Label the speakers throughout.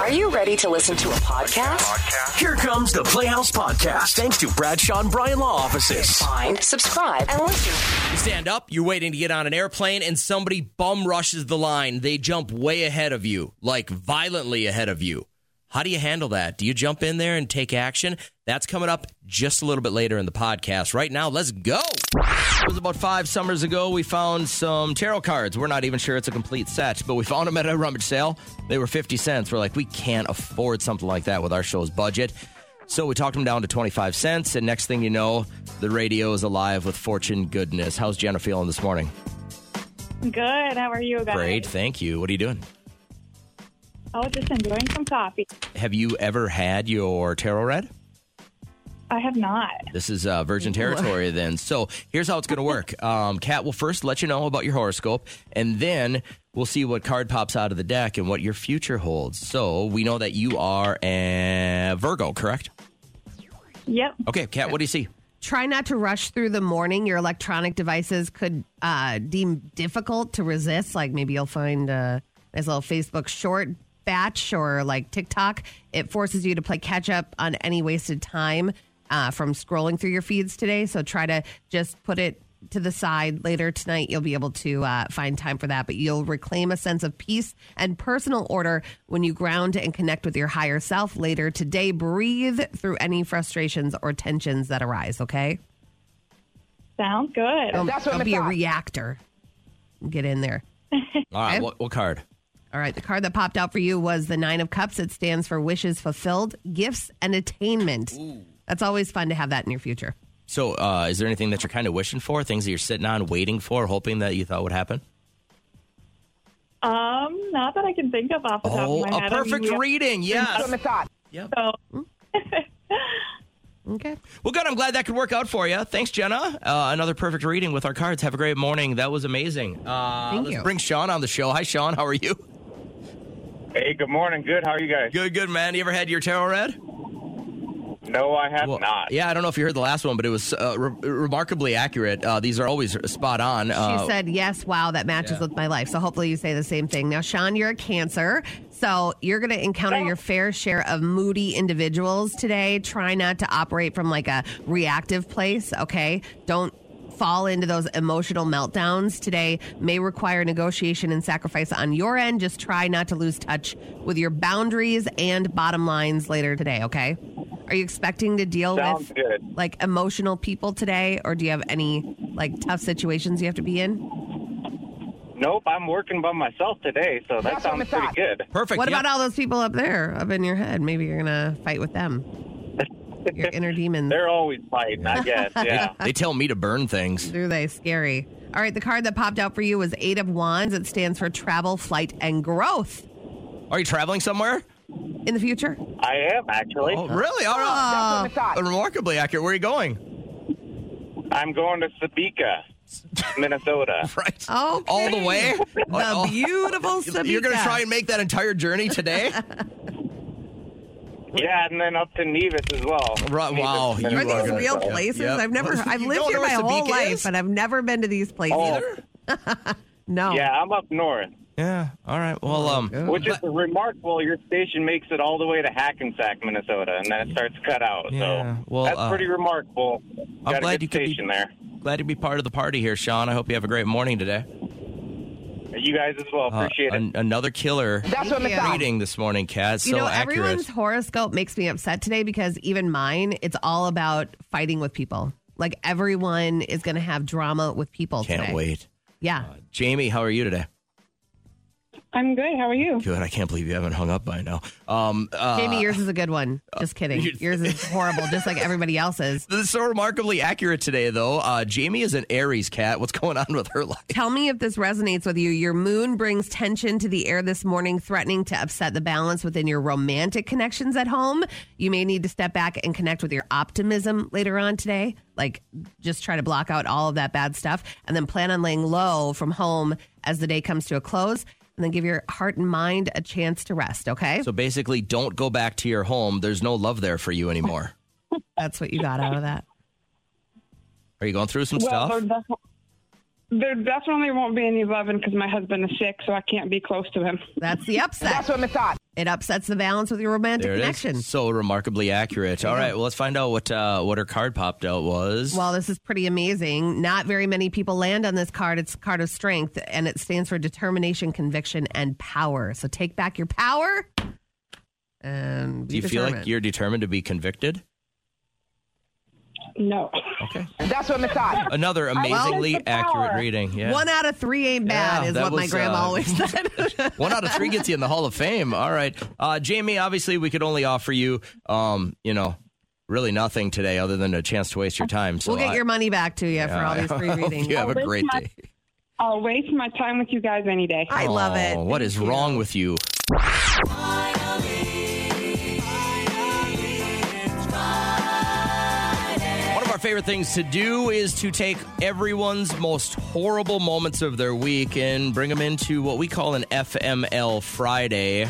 Speaker 1: Are you ready to listen to a podcast?
Speaker 2: Here comes the Playhouse Podcast, thanks to Bradshaw and Bryan Law Offices.
Speaker 1: Find, subscribe, and listen.
Speaker 3: stand up, you're waiting to get on an airplane, and somebody bum rushes the line. They jump way ahead of you, like violently ahead of you. How do you handle that? Do you jump in there and take action? That's coming up just a little bit later in the podcast. Right now, let's go. It was about five summers ago. We found some tarot cards. We're not even sure it's a complete set, but we found them at a rummage sale. They were 50 cents. We're like, we can't afford something like that with our show's budget. So we talked them down to 25 cents, and next thing you know, the radio is alive with fortune goodness. How's Jenna feeling this morning?
Speaker 4: Good. How are you guys?
Speaker 3: Great, thank you. What are you doing?
Speaker 4: Oh, just enjoying some coffee.
Speaker 3: Have you ever had your tarot read?
Speaker 4: I have not.
Speaker 3: This is uh, virgin territory then. So here's how it's going to work. Um, Kat will first let you know about your horoscope, and then we'll see what card pops out of the deck and what your future holds. So we know that you are a Virgo, correct?
Speaker 4: Yep.
Speaker 3: Okay, Kat, what do you see?
Speaker 5: Try not to rush through the morning. Your electronic devices could uh, deem difficult to resist. Like maybe you'll find a nice little Facebook short batch or like TikTok. It forces you to play catch up on any wasted time uh, from scrolling through your feeds today. So try to just put it to the side later tonight. You'll be able to uh, find time for that, but you'll reclaim a sense of peace and personal order when you ground and connect with your higher self later today. Breathe through any frustrations or tensions that arise, okay?
Speaker 4: Sounds good.
Speaker 3: Um,
Speaker 5: Don't, don't be a reactor. Get in there.
Speaker 3: All right, what, what card?
Speaker 5: All right, the card that popped out for you was the Nine of Cups. It stands for wishes fulfilled, gifts, and attainment. That's always fun to have that in your future.
Speaker 3: So, uh, is there anything that you're kind of wishing for? Things that you're sitting on, waiting for, hoping that you thought would happen?
Speaker 4: Um, not that I can think of off the top
Speaker 3: Oh,
Speaker 4: of my
Speaker 3: a
Speaker 4: head. I mean,
Speaker 3: perfect
Speaker 4: we have-
Speaker 3: reading. Yes.
Speaker 4: So,
Speaker 5: Okay.
Speaker 3: Well, good. I'm glad that could work out for you. Thanks, Jenna. Uh, another perfect reading with our cards. Have a great morning. That was amazing. Uh,
Speaker 5: Thank
Speaker 3: let's
Speaker 5: you.
Speaker 3: bring Sean on the show. Hi, Sean. How are you?
Speaker 6: Hey, good morning. Good. How are you guys?
Speaker 3: Good, good, man. You ever had your tarot read?
Speaker 6: No, I have
Speaker 3: Well,
Speaker 6: not.
Speaker 3: Yeah, I don't know if you heard the last one, but it was uh, re- remarkably accurate. Uh, these are always spot on.
Speaker 5: She
Speaker 3: Uh,
Speaker 5: said, yes, wow, that matches with my life. So hopefully you say the same thing. Now, Sean, you're a cancer. So you're going to encounter your fair share of moody individuals today. Try not to operate from like a reactive place, okay? Don't fall into those emotional meltdowns today may require negotiation and sacrifice on your end just try not to lose touch with your boundaries and bottom lines later today okay are you expecting to deal
Speaker 6: Sounds
Speaker 5: with
Speaker 6: good.
Speaker 5: like emotional people today or do you have any like tough situations you have to be in
Speaker 6: Nope, I'm working by myself today, so that sounds pretty good.
Speaker 3: perfect.
Speaker 5: what
Speaker 3: Yep.
Speaker 5: about all those people up there up in your head maybe you're gonna fight with them your inner demons
Speaker 6: They're always fighting, I guess. Yeah.
Speaker 3: They tell me to burn things.
Speaker 5: They're they scary all right the card that popped out for you was eight of wands it stands for travel flight and growth
Speaker 3: Are you traveling somewhere?
Speaker 5: in the future
Speaker 6: I am actually.
Speaker 3: Oh, really? All right.
Speaker 5: oh,
Speaker 3: Remarkably accurate. Where are you going?
Speaker 6: I'm going to Sabika, Minnesota.
Speaker 3: Right.
Speaker 5: okay.
Speaker 3: All the way? Oh,
Speaker 5: the beautiful
Speaker 3: You're going to
Speaker 5: Sabika.
Speaker 3: try and make that entire journey today?
Speaker 6: Yeah, and then up to Nevis as well.
Speaker 3: Right,
Speaker 6: Nevis,
Speaker 3: wow, you
Speaker 5: are
Speaker 6: Minnesota.
Speaker 5: these
Speaker 3: gonna
Speaker 5: real
Speaker 3: go.
Speaker 5: places?
Speaker 3: Yep.
Speaker 5: I've never, I've
Speaker 3: You
Speaker 5: lived
Speaker 3: don't
Speaker 5: here
Speaker 3: know where
Speaker 5: my whole
Speaker 3: Sabika
Speaker 5: life,
Speaker 3: is?
Speaker 5: and I've never been to these places.
Speaker 6: Oh.
Speaker 5: No.
Speaker 6: Yeah, I'm up north,
Speaker 3: Yeah. All right. Well, um,
Speaker 6: which is remarkable. Your station makes it all the way to Hackensack, Minnesota, and then it starts to cut out.
Speaker 3: Yeah,
Speaker 6: so
Speaker 3: well,
Speaker 6: that's
Speaker 3: uh,
Speaker 6: pretty remarkable. Got a
Speaker 3: glad
Speaker 6: good
Speaker 3: you could be-
Speaker 6: station there.
Speaker 3: glad to be part of the party here, Sean. I hope you have a great morning today.
Speaker 6: You guys as well.
Speaker 3: Uh,
Speaker 6: Appreciate it.
Speaker 3: an- another killer
Speaker 5: Thank you.
Speaker 3: reading this morning, Kat. So
Speaker 5: you know,
Speaker 3: accurate.
Speaker 5: everyone's horoscope makes me upset today because even mine, it's all about fighting with people. Like everyone is going to have drama with people
Speaker 3: Can't
Speaker 5: today.
Speaker 3: wait.
Speaker 5: Yeah.
Speaker 3: Jamie, how are you today?
Speaker 4: I'm good. How are you?
Speaker 3: Good. I can't believe you haven't hung up by now. Um, uh,
Speaker 5: Jamie, yours is a good one. Just kidding.
Speaker 3: you-
Speaker 5: Yours is horrible, just like everybody else's.
Speaker 3: this is so remarkably accurate today, though. Uh, Jamie is an Aries cat. What's going on with her life?
Speaker 5: Tell me if this resonates with you. Your moon brings tension to the air this morning, threatening to upset the balance within your romantic connections at home. You may need to step back and connect with your optimism later on today. Like, just try to block out all of that bad stuff and then plan on laying low from home as the day comes to a close. And then give your heart and mind a chance to rest, okay?
Speaker 3: So basically, don't go back to your home. There's no love there for you anymore.
Speaker 5: That's what you got out of that.
Speaker 3: Are you going through some
Speaker 7: Well,
Speaker 3: stuff?
Speaker 7: there, defi- there definitely won't be any loving because my husband is sick, so I can't be close to him.
Speaker 5: That's the upset. That's what I thought. It upsets the balance with your romantic
Speaker 3: There it is.
Speaker 5: connection.
Speaker 3: So remarkably accurate. All right, well, let's find out what uh, what her card popped out was.
Speaker 5: Well, this is pretty amazing. Not very many people land on this card. It's a card of strength, and it stands for determination, conviction, and power. So take back your power. And
Speaker 3: Do you feel like you're determined to be convicted?
Speaker 4: No.
Speaker 3: Okay.
Speaker 7: That's what I thought.
Speaker 3: Another amazingly
Speaker 7: the power.
Speaker 3: accurate reading. Yeah.
Speaker 5: one out of three ain't bad?
Speaker 3: Yeah,
Speaker 5: is
Speaker 3: that
Speaker 5: what my
Speaker 3: was,
Speaker 5: grandma
Speaker 3: uh,
Speaker 5: always said.
Speaker 3: One out of three gets you in the Hall of Fame. All right, uh, Jamie. Obviously, we could only offer you, um, you know, really nothing today other than a chance to waste your time. So
Speaker 5: we'll get
Speaker 3: I-
Speaker 5: your money back to you for all these free
Speaker 3: I hope
Speaker 5: readings.
Speaker 3: You have a
Speaker 4: Waste
Speaker 3: great
Speaker 4: my-
Speaker 3: day.
Speaker 4: I'll waste my time with you guys any day.
Speaker 5: I love it.
Speaker 3: Oh, What
Speaker 5: Thank
Speaker 3: is
Speaker 5: you.
Speaker 3: wrong with you? One of our favorite things to do is to take everyone's most horrible moments of their week and bring them into what we call an FML Friday.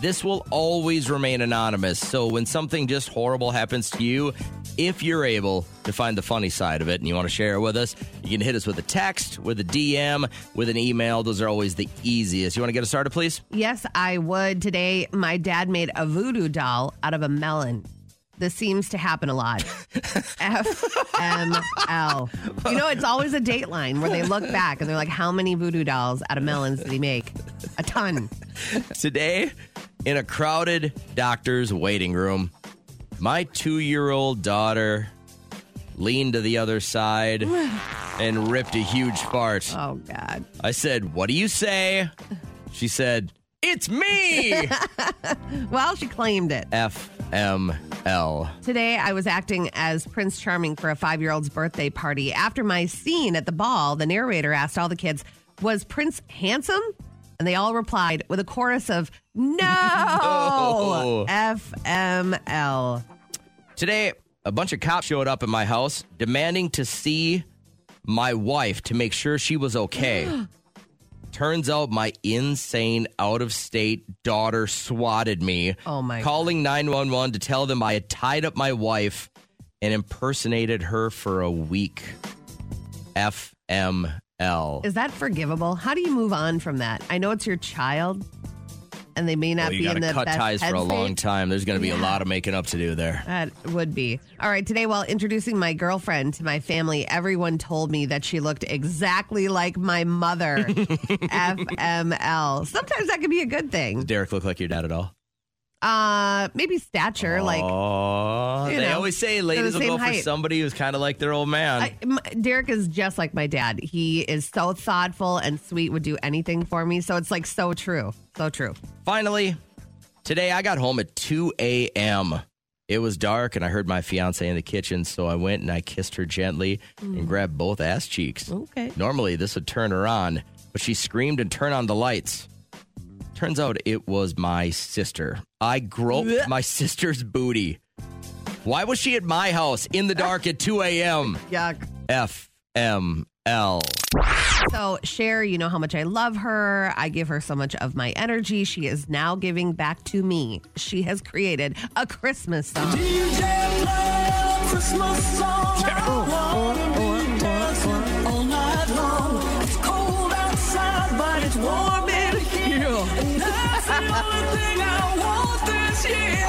Speaker 3: This will always remain anonymous. So when something just horrible happens to you, if you're able to find the funny side of it and you want to share it with us, you can hit us with a text, with a DM, with an email. Those are always the easiest. You want to get us started, please?
Speaker 5: Yes, I would. Today, my dad made a voodoo doll out of a melon. This seems to happen a lot. FML. You know, it's always a dateline where they look back and they're like, how many voodoo dolls out of melons did he make? A ton.
Speaker 3: Today, in a crowded doctor's waiting room, my two year old daughter leaned to the other side and ripped a huge fart.
Speaker 5: Oh, God.
Speaker 3: I said, What do you say? She said, It's me!
Speaker 5: Well, she claimed it.
Speaker 3: FML.
Speaker 5: Today, I was acting as Prince Charming for a five year old's birthday party. After my scene at the ball, the narrator asked all the kids, Was Prince handsome? And they all replied with a chorus of, No,
Speaker 3: No.
Speaker 5: FML.
Speaker 3: Today, a bunch of cops showed up at my house demanding to see my wife to make sure she was okay. Turns out my insane out of state daughter swatted me.
Speaker 5: Oh, my God.
Speaker 3: Calling 911 to tell them I had tied up my wife and impersonated her for a week. FML.
Speaker 5: Is that forgivable? How do you move on from that? I know it's your child, and they may not
Speaker 3: Well, you
Speaker 5: be in
Speaker 3: gotta
Speaker 5: the
Speaker 3: cut
Speaker 5: best
Speaker 3: ties for a
Speaker 5: headspace.
Speaker 3: long time. There's gonna be a lot of making up to do there.
Speaker 5: That would be. All right, today while introducing my girlfriend to my family, everyone told me that she looked exactly like my mother. FML. Sometimes that can be a good thing.
Speaker 3: Derek look like your dad at all?
Speaker 5: Uh maybe stature like
Speaker 3: oh,
Speaker 5: you
Speaker 3: they
Speaker 5: know,
Speaker 3: always say
Speaker 5: they're
Speaker 3: ladies
Speaker 5: the
Speaker 3: will
Speaker 5: same
Speaker 3: go for
Speaker 5: height.
Speaker 3: somebody who's kind of like their old man.
Speaker 5: I, m- Derek is just like my dad. He is so thoughtful and sweet, would do anything for me. So it's like so true. So true.
Speaker 3: Finally, today I got home at 2 a.m. It was dark and I heard my fiance in the kitchen, so I went and I kissed her gently
Speaker 5: Mm.
Speaker 3: and grabbed both ass cheeks.
Speaker 5: Okay.
Speaker 3: Normally, this would turn her on, but she screamed and turned on the lights. Turns out it was my sister. I groped my sister's booty. Why was she at my house in the dark at 2 a.m.?
Speaker 5: Yuck.
Speaker 3: FML.
Speaker 5: So, Cher, you know how much I love her. I give her so much of my energy. She is now giving back to me. She has created a Christmas song.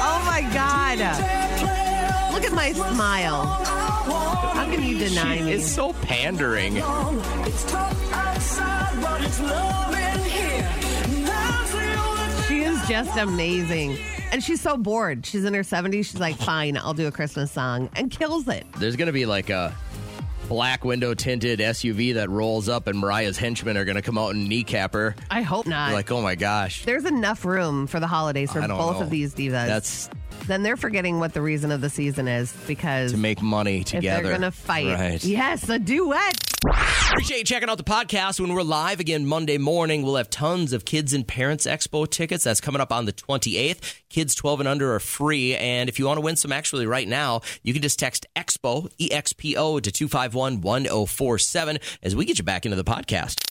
Speaker 5: Oh my God. Look at my smile. How can you deny me?
Speaker 3: It's so pandering.
Speaker 5: She is just amazing. And she's so bored. She's in her 70s. She's like, fine, I'll do a Christmas song and kills it.
Speaker 3: There's going to be like a black window tinted SUV that rolls up, and Mariah's henchmen are going to come out and kneecap her.
Speaker 5: I hope not.
Speaker 3: You're like, oh my gosh.
Speaker 5: There's enough room for the holidays for
Speaker 3: I don't
Speaker 5: both
Speaker 3: know.
Speaker 5: of these divas.
Speaker 3: That's
Speaker 5: then they're forgetting what the reason of the season is because
Speaker 3: to make money
Speaker 5: if
Speaker 3: together.
Speaker 5: they're gonna fight.
Speaker 3: Right.
Speaker 5: Yes, a duet.
Speaker 3: Appreciate you checking out the podcast. When we're live again Monday morning, we'll have tons of Kids and Parents Expo tickets. That's coming up on the 28th. Kids 12 and under are free. And if you want to win some actually right now, you can just text E EXPO, EXPO, to 251 1047 as we get you back into the podcast.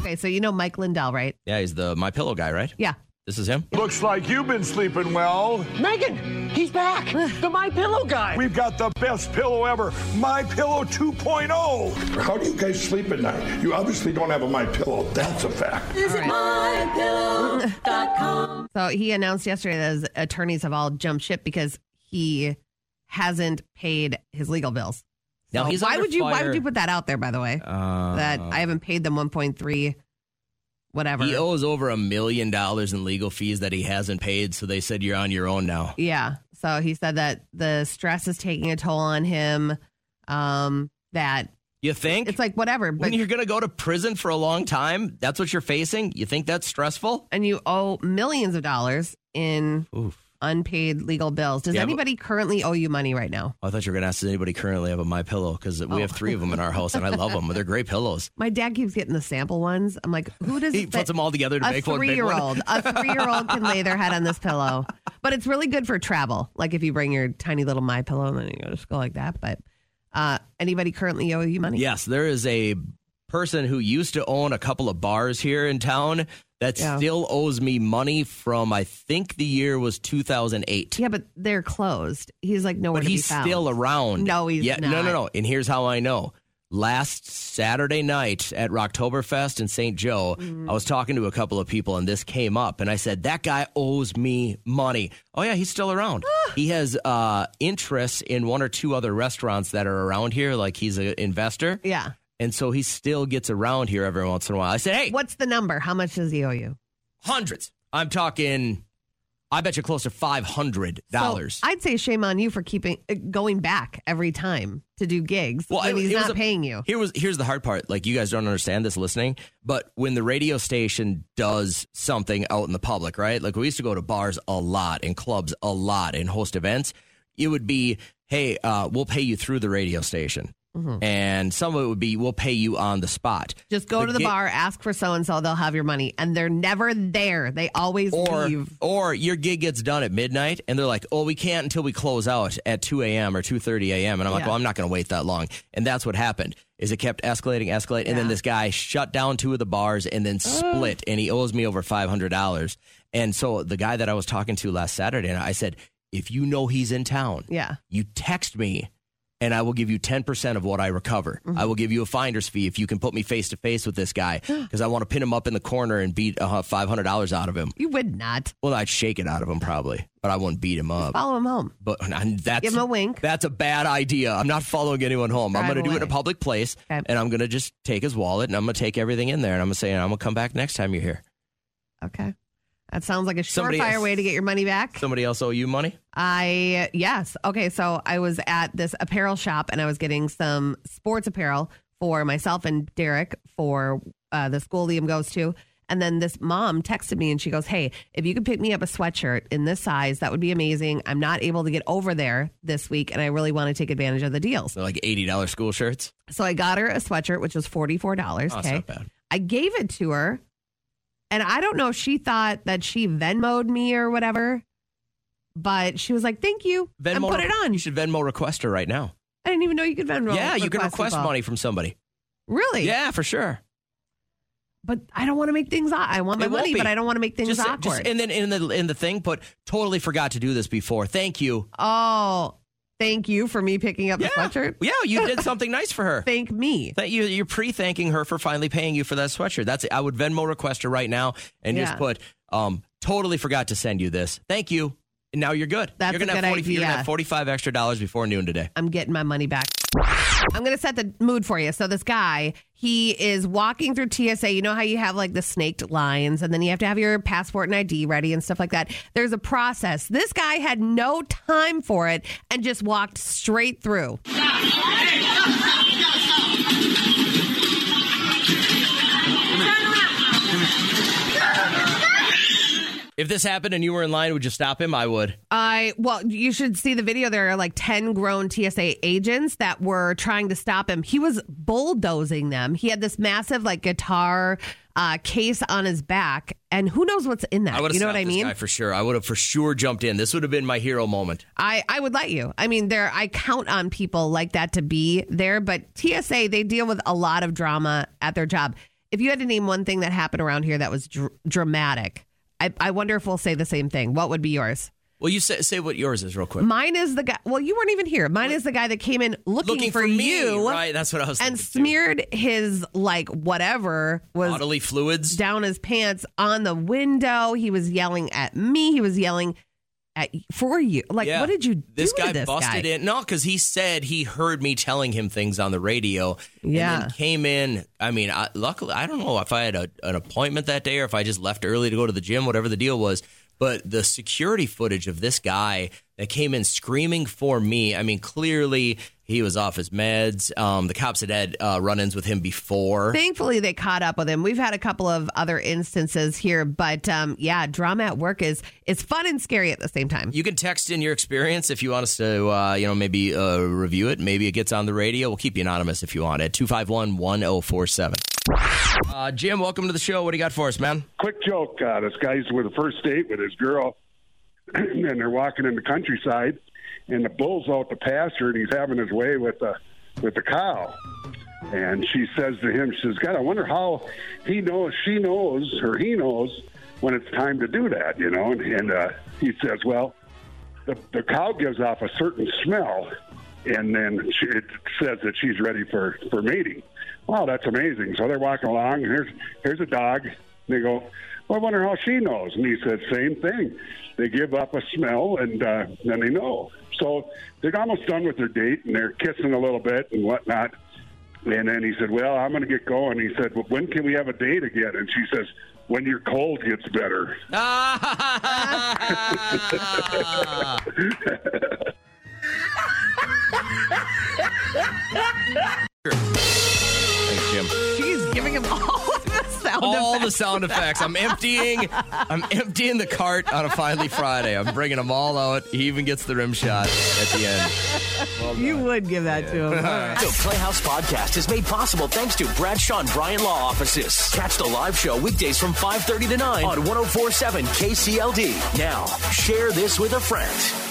Speaker 5: Okay, so you know Mike Lindell, right?
Speaker 3: Yeah, he's the My Pillow guy, right?
Speaker 5: Yeah.
Speaker 3: This is him.
Speaker 8: Looks like you've been sleeping well.
Speaker 9: Megan, he's back. the My Pillow guy.
Speaker 8: We've got the best pillow ever, My Pillow 2.0.
Speaker 10: How do you guys sleep at night? You obviously don't have a my pillow. That's a fact.
Speaker 5: All right. So he announced yesterday that his attorneys have all jumped ship because he hasn't paid his legal bills.
Speaker 3: Now,
Speaker 5: So
Speaker 3: he's
Speaker 5: why
Speaker 3: under
Speaker 5: would you why
Speaker 3: fire.
Speaker 5: would you put that out there? By the way,
Speaker 3: Uh,
Speaker 5: that I haven't paid them one point three, whatever.
Speaker 3: He owes over a million dollars in legal fees that he hasn't paid, so they said you're on your own now.
Speaker 5: Yeah. So he said that the stress is taking a toll on him. Um, that
Speaker 3: You think?
Speaker 5: it's like whatever, but
Speaker 3: when you're going to go to prison for a long time, that's what you're facing? You think that's stressful?
Speaker 5: and you owe millions of dollars in
Speaker 3: Oof.
Speaker 5: unpaid legal bills. Does
Speaker 3: Yeah, but-
Speaker 5: anybody currently owe you money right now?
Speaker 3: Oh, I thought you were going to ask does anybody currently have a My Pillow because we
Speaker 5: Oh.
Speaker 3: have three of them in our house and I love them. They're great pillows.
Speaker 5: My dad keeps getting the sample ones. I'm like, who does
Speaker 3: He puts them all together to
Speaker 5: a
Speaker 3: make one big
Speaker 5: three-year-old,
Speaker 3: one.
Speaker 5: A three-year-old can lay their head on this pillow, but it's really good for travel. Like if you bring your tiny little my pillow and then you just go like that. But uh, anybody currently owe you money?
Speaker 3: Yes, there is a person who used to own a couple of bars here in town that
Speaker 5: Yeah.
Speaker 3: still owes me money from I think the year was 2008.
Speaker 5: Yeah, but they're closed. He's like nowhere
Speaker 3: but
Speaker 5: to be
Speaker 3: he's
Speaker 5: found.
Speaker 3: still around.
Speaker 5: No, he's
Speaker 3: yeah, No, no,
Speaker 5: not.
Speaker 3: no. And here's how I know. Last Saturday night at Rocktoberfest in St. Joe,
Speaker 5: Mm.
Speaker 3: I was talking to a couple of people and this came up and I said, That guy owes me money. Oh, yeah, he's still around.
Speaker 5: Ah.
Speaker 3: he has uh, interests in one or two other restaurants that are around here, like he's an investor.
Speaker 5: Yeah.
Speaker 3: And so he still gets around here every once in a while. I said, Hey,
Speaker 5: What's the number? How much does he owe you?
Speaker 3: hundreds. I'm talking, I bet you close to $500.
Speaker 5: So I'd say shame on you for keeping uh, going back every time to do gigs when
Speaker 3: it-
Speaker 5: he's
Speaker 3: it was
Speaker 5: not
Speaker 3: a-
Speaker 5: paying you.
Speaker 3: Here was here's the hard part. Like you guys don't understand this listening, but when the radio station does something out in the public, right? Like we used to go to bars a lot and clubs a lot and host events. It would be, hey, uh, we'll pay you through the radio station, and some of it would be we'll pay you on the spot.
Speaker 5: Just go
Speaker 3: The
Speaker 5: to the
Speaker 3: gig-
Speaker 5: bar, ask for so and so, they'll have your money, and they're never there. They always
Speaker 3: or
Speaker 5: leave.
Speaker 3: or your gig gets done at midnight and they're like oh we can't until we close out at 2 a.m or 2.30 a.m and i'm like
Speaker 5: Yeah.
Speaker 3: well i'm not going to wait that long and that's what happened is it kept escalating escalating and then
Speaker 5: Yeah.
Speaker 3: this guy shut down two of the bars and then split and he owes me over $500 and so the guy that i was talking to last saturday and i said if you know he's in town
Speaker 5: Yeah.
Speaker 3: you text me and I will give you 10% of what I recover.
Speaker 5: Mm-hmm.
Speaker 3: I will give you a finder's fee if you can put me face to face with this guy because I want to pin him up in the corner and beat uh, $500 out of him.
Speaker 5: You would not.
Speaker 3: Well, I'd shake it out of him probably, but I wouldn't beat him up.
Speaker 5: Follow him home.
Speaker 3: But and that's
Speaker 5: Give him a wink.
Speaker 3: That's a bad idea. I'm not following anyone home. I'm
Speaker 5: Drive
Speaker 3: going to do it in a
Speaker 5: away.
Speaker 3: public place,
Speaker 5: Okay.
Speaker 3: and I'm going to just take his wallet and I'm going to take everything in there, and I'm going to say, "I'm going to come back next time you're here."
Speaker 5: Okay. That sounds like a
Speaker 3: Somebody-
Speaker 5: surefire way to get your money back.
Speaker 3: Somebody else owe you money?
Speaker 5: I yes. Okay, so I was at this apparel shop and I was getting some sports apparel for myself and Derek for uh, the school Liam goes to. And then this mom texted me and she goes, "Hey, if you could pick me up a sweatshirt in this size, that would be amazing. I'm not able to get over there this week, and I really want to take advantage of the deals."
Speaker 3: They're like eighty dollars school shirts.
Speaker 5: So I got her a sweatshirt, which was forty four dollars.
Speaker 3: Oh, that's
Speaker 5: okay,
Speaker 3: not bad.
Speaker 5: I gave it to her, and I don't know if she thought that she Venmoed me or whatever, but she was like, "Thank you," and put it on.
Speaker 3: You should Venmo request her right now.
Speaker 5: I didn't even know you could Venmo.
Speaker 3: yeah, you can request
Speaker 5: people.
Speaker 3: money from somebody.
Speaker 5: Really?
Speaker 3: Yeah, for sure.
Speaker 5: But I don't want to make things. au- I want my
Speaker 3: It won't
Speaker 5: money,
Speaker 3: be.
Speaker 5: but I don't want to make things
Speaker 3: Just- uh, just-
Speaker 5: awkward.
Speaker 3: and then in the in the thing, put totally forgot to do this before. Thank you.
Speaker 5: oh, thank you for me picking up
Speaker 3: Yeah,
Speaker 5: the sweatshirt.
Speaker 3: yeah, you did something nice for her.
Speaker 5: Thank me.
Speaker 3: That you you're pre thanking her for finally paying you for that sweatshirt. That's it. I would Venmo request her right now and
Speaker 5: Yeah.
Speaker 3: just put um totally forgot to send you this. Thank you. And now you're good.
Speaker 5: That's
Speaker 3: you're gonna
Speaker 5: a
Speaker 3: have
Speaker 5: good
Speaker 3: you're gonna
Speaker 5: idea.
Speaker 3: have forty five extra dollars before noon today.
Speaker 5: I'm getting my money back. I'm going to set the mood for you. So, this guy, he is walking through TSA. You know how you have like the snaked lines, and then you have to have your passport and ID ready and stuff like that. There's a process. This guy had no time for it and just walked straight through.
Speaker 3: If this happened and you were in line, would you stop him? I would.
Speaker 5: I well, you should see the video. There are like ten grown TSA agents that were trying to stop him. He was bulldozing them. He had this massive like guitar uh, case on his back, and who knows what's in that?
Speaker 3: I would have
Speaker 5: you know what I
Speaker 3: this
Speaker 5: mean?
Speaker 3: guy for sure. I would have for sure jumped in. This would have been my hero moment.
Speaker 5: I I would let you. I mean, there I count on people like that to be there, but TSA they deal with a lot of drama at their job. If you had to name one thing that happened around here that was dr- dramatic, I, I wonder if we'll say the same thing. What would be yours?
Speaker 3: Well, you say, say what yours is real quick.
Speaker 5: Mine is the guy. Well, you weren't even here. Mine is the guy that came in looking,
Speaker 3: Looking for, me,
Speaker 5: you
Speaker 3: right? That's what I was. thinking,
Speaker 5: and
Speaker 3: too.
Speaker 5: smeared his like whatever was
Speaker 3: bodily fluids.
Speaker 5: down his pants on the window. He was yelling at me. He was yelling at for you. Like,
Speaker 3: Yeah.
Speaker 5: what did you do
Speaker 3: This
Speaker 5: to
Speaker 3: guy
Speaker 5: this
Speaker 3: busted
Speaker 5: guy?
Speaker 3: in. No, because he said he heard me telling him things on the radio. And
Speaker 5: Yeah.
Speaker 3: then came in. I mean, I, luckily, I don't know if I had a, an appointment that day or if I just left early to go to the gym, whatever the deal was. But the security footage of this guy that came in screaming for me, I mean, clearly he was off his meds. Um, the cops had had uh, run ins with him before.
Speaker 5: Thankfully, they caught up with him. We've had a couple of other instances here, but um, yeah, drama at work is is fun and scary at the same time.
Speaker 3: You can text in your experience if you want us to, uh, you know, maybe uh, review it. Maybe it gets on the radio. We'll keep you anonymous if you want at 251 1047. Uh, Jim, welcome to the show. What do you got for us, man?
Speaker 10: quick joke. Uh, this guy's with a first date with his girl, and they're walking in the countryside, and the bull's out the pasture, and he's having his way with the with the cow. And she says to him, she says, "God, I wonder how he knows, she knows, or he knows when it's time to do that, you know." And, and uh, he says, "Well, the, the cow gives off a certain smell, and then she, it says that she's ready for for mating. Wow, that's amazing! So they're walking along, and here's here's a dog. They go, well, I wonder how she knows. And he said, same thing. They give up a smell, and uh, then they know. So they're almost done with their date, and they're kissing a little bit and whatnot. And then he said, well, I'm going to get going. He said, well, when can we have a date again? And she says, when your cold gets better.
Speaker 3: Thanks, Jim.
Speaker 5: She's giving him all of the sound
Speaker 3: All the
Speaker 5: effects.
Speaker 3: sound effects. I'm emptying. I'm emptying the cart on a Finally Friday. I'm bringing them all out. He even gets the rim shot at the end.
Speaker 5: you would give that to him. All right.
Speaker 2: The Playhouse Podcast is made possible thanks to Bradshaw and Bryan Law Offices. Catch the live show weekdays from 5.30 to 9 on 104.7 KCLD. Now, share this with a friend.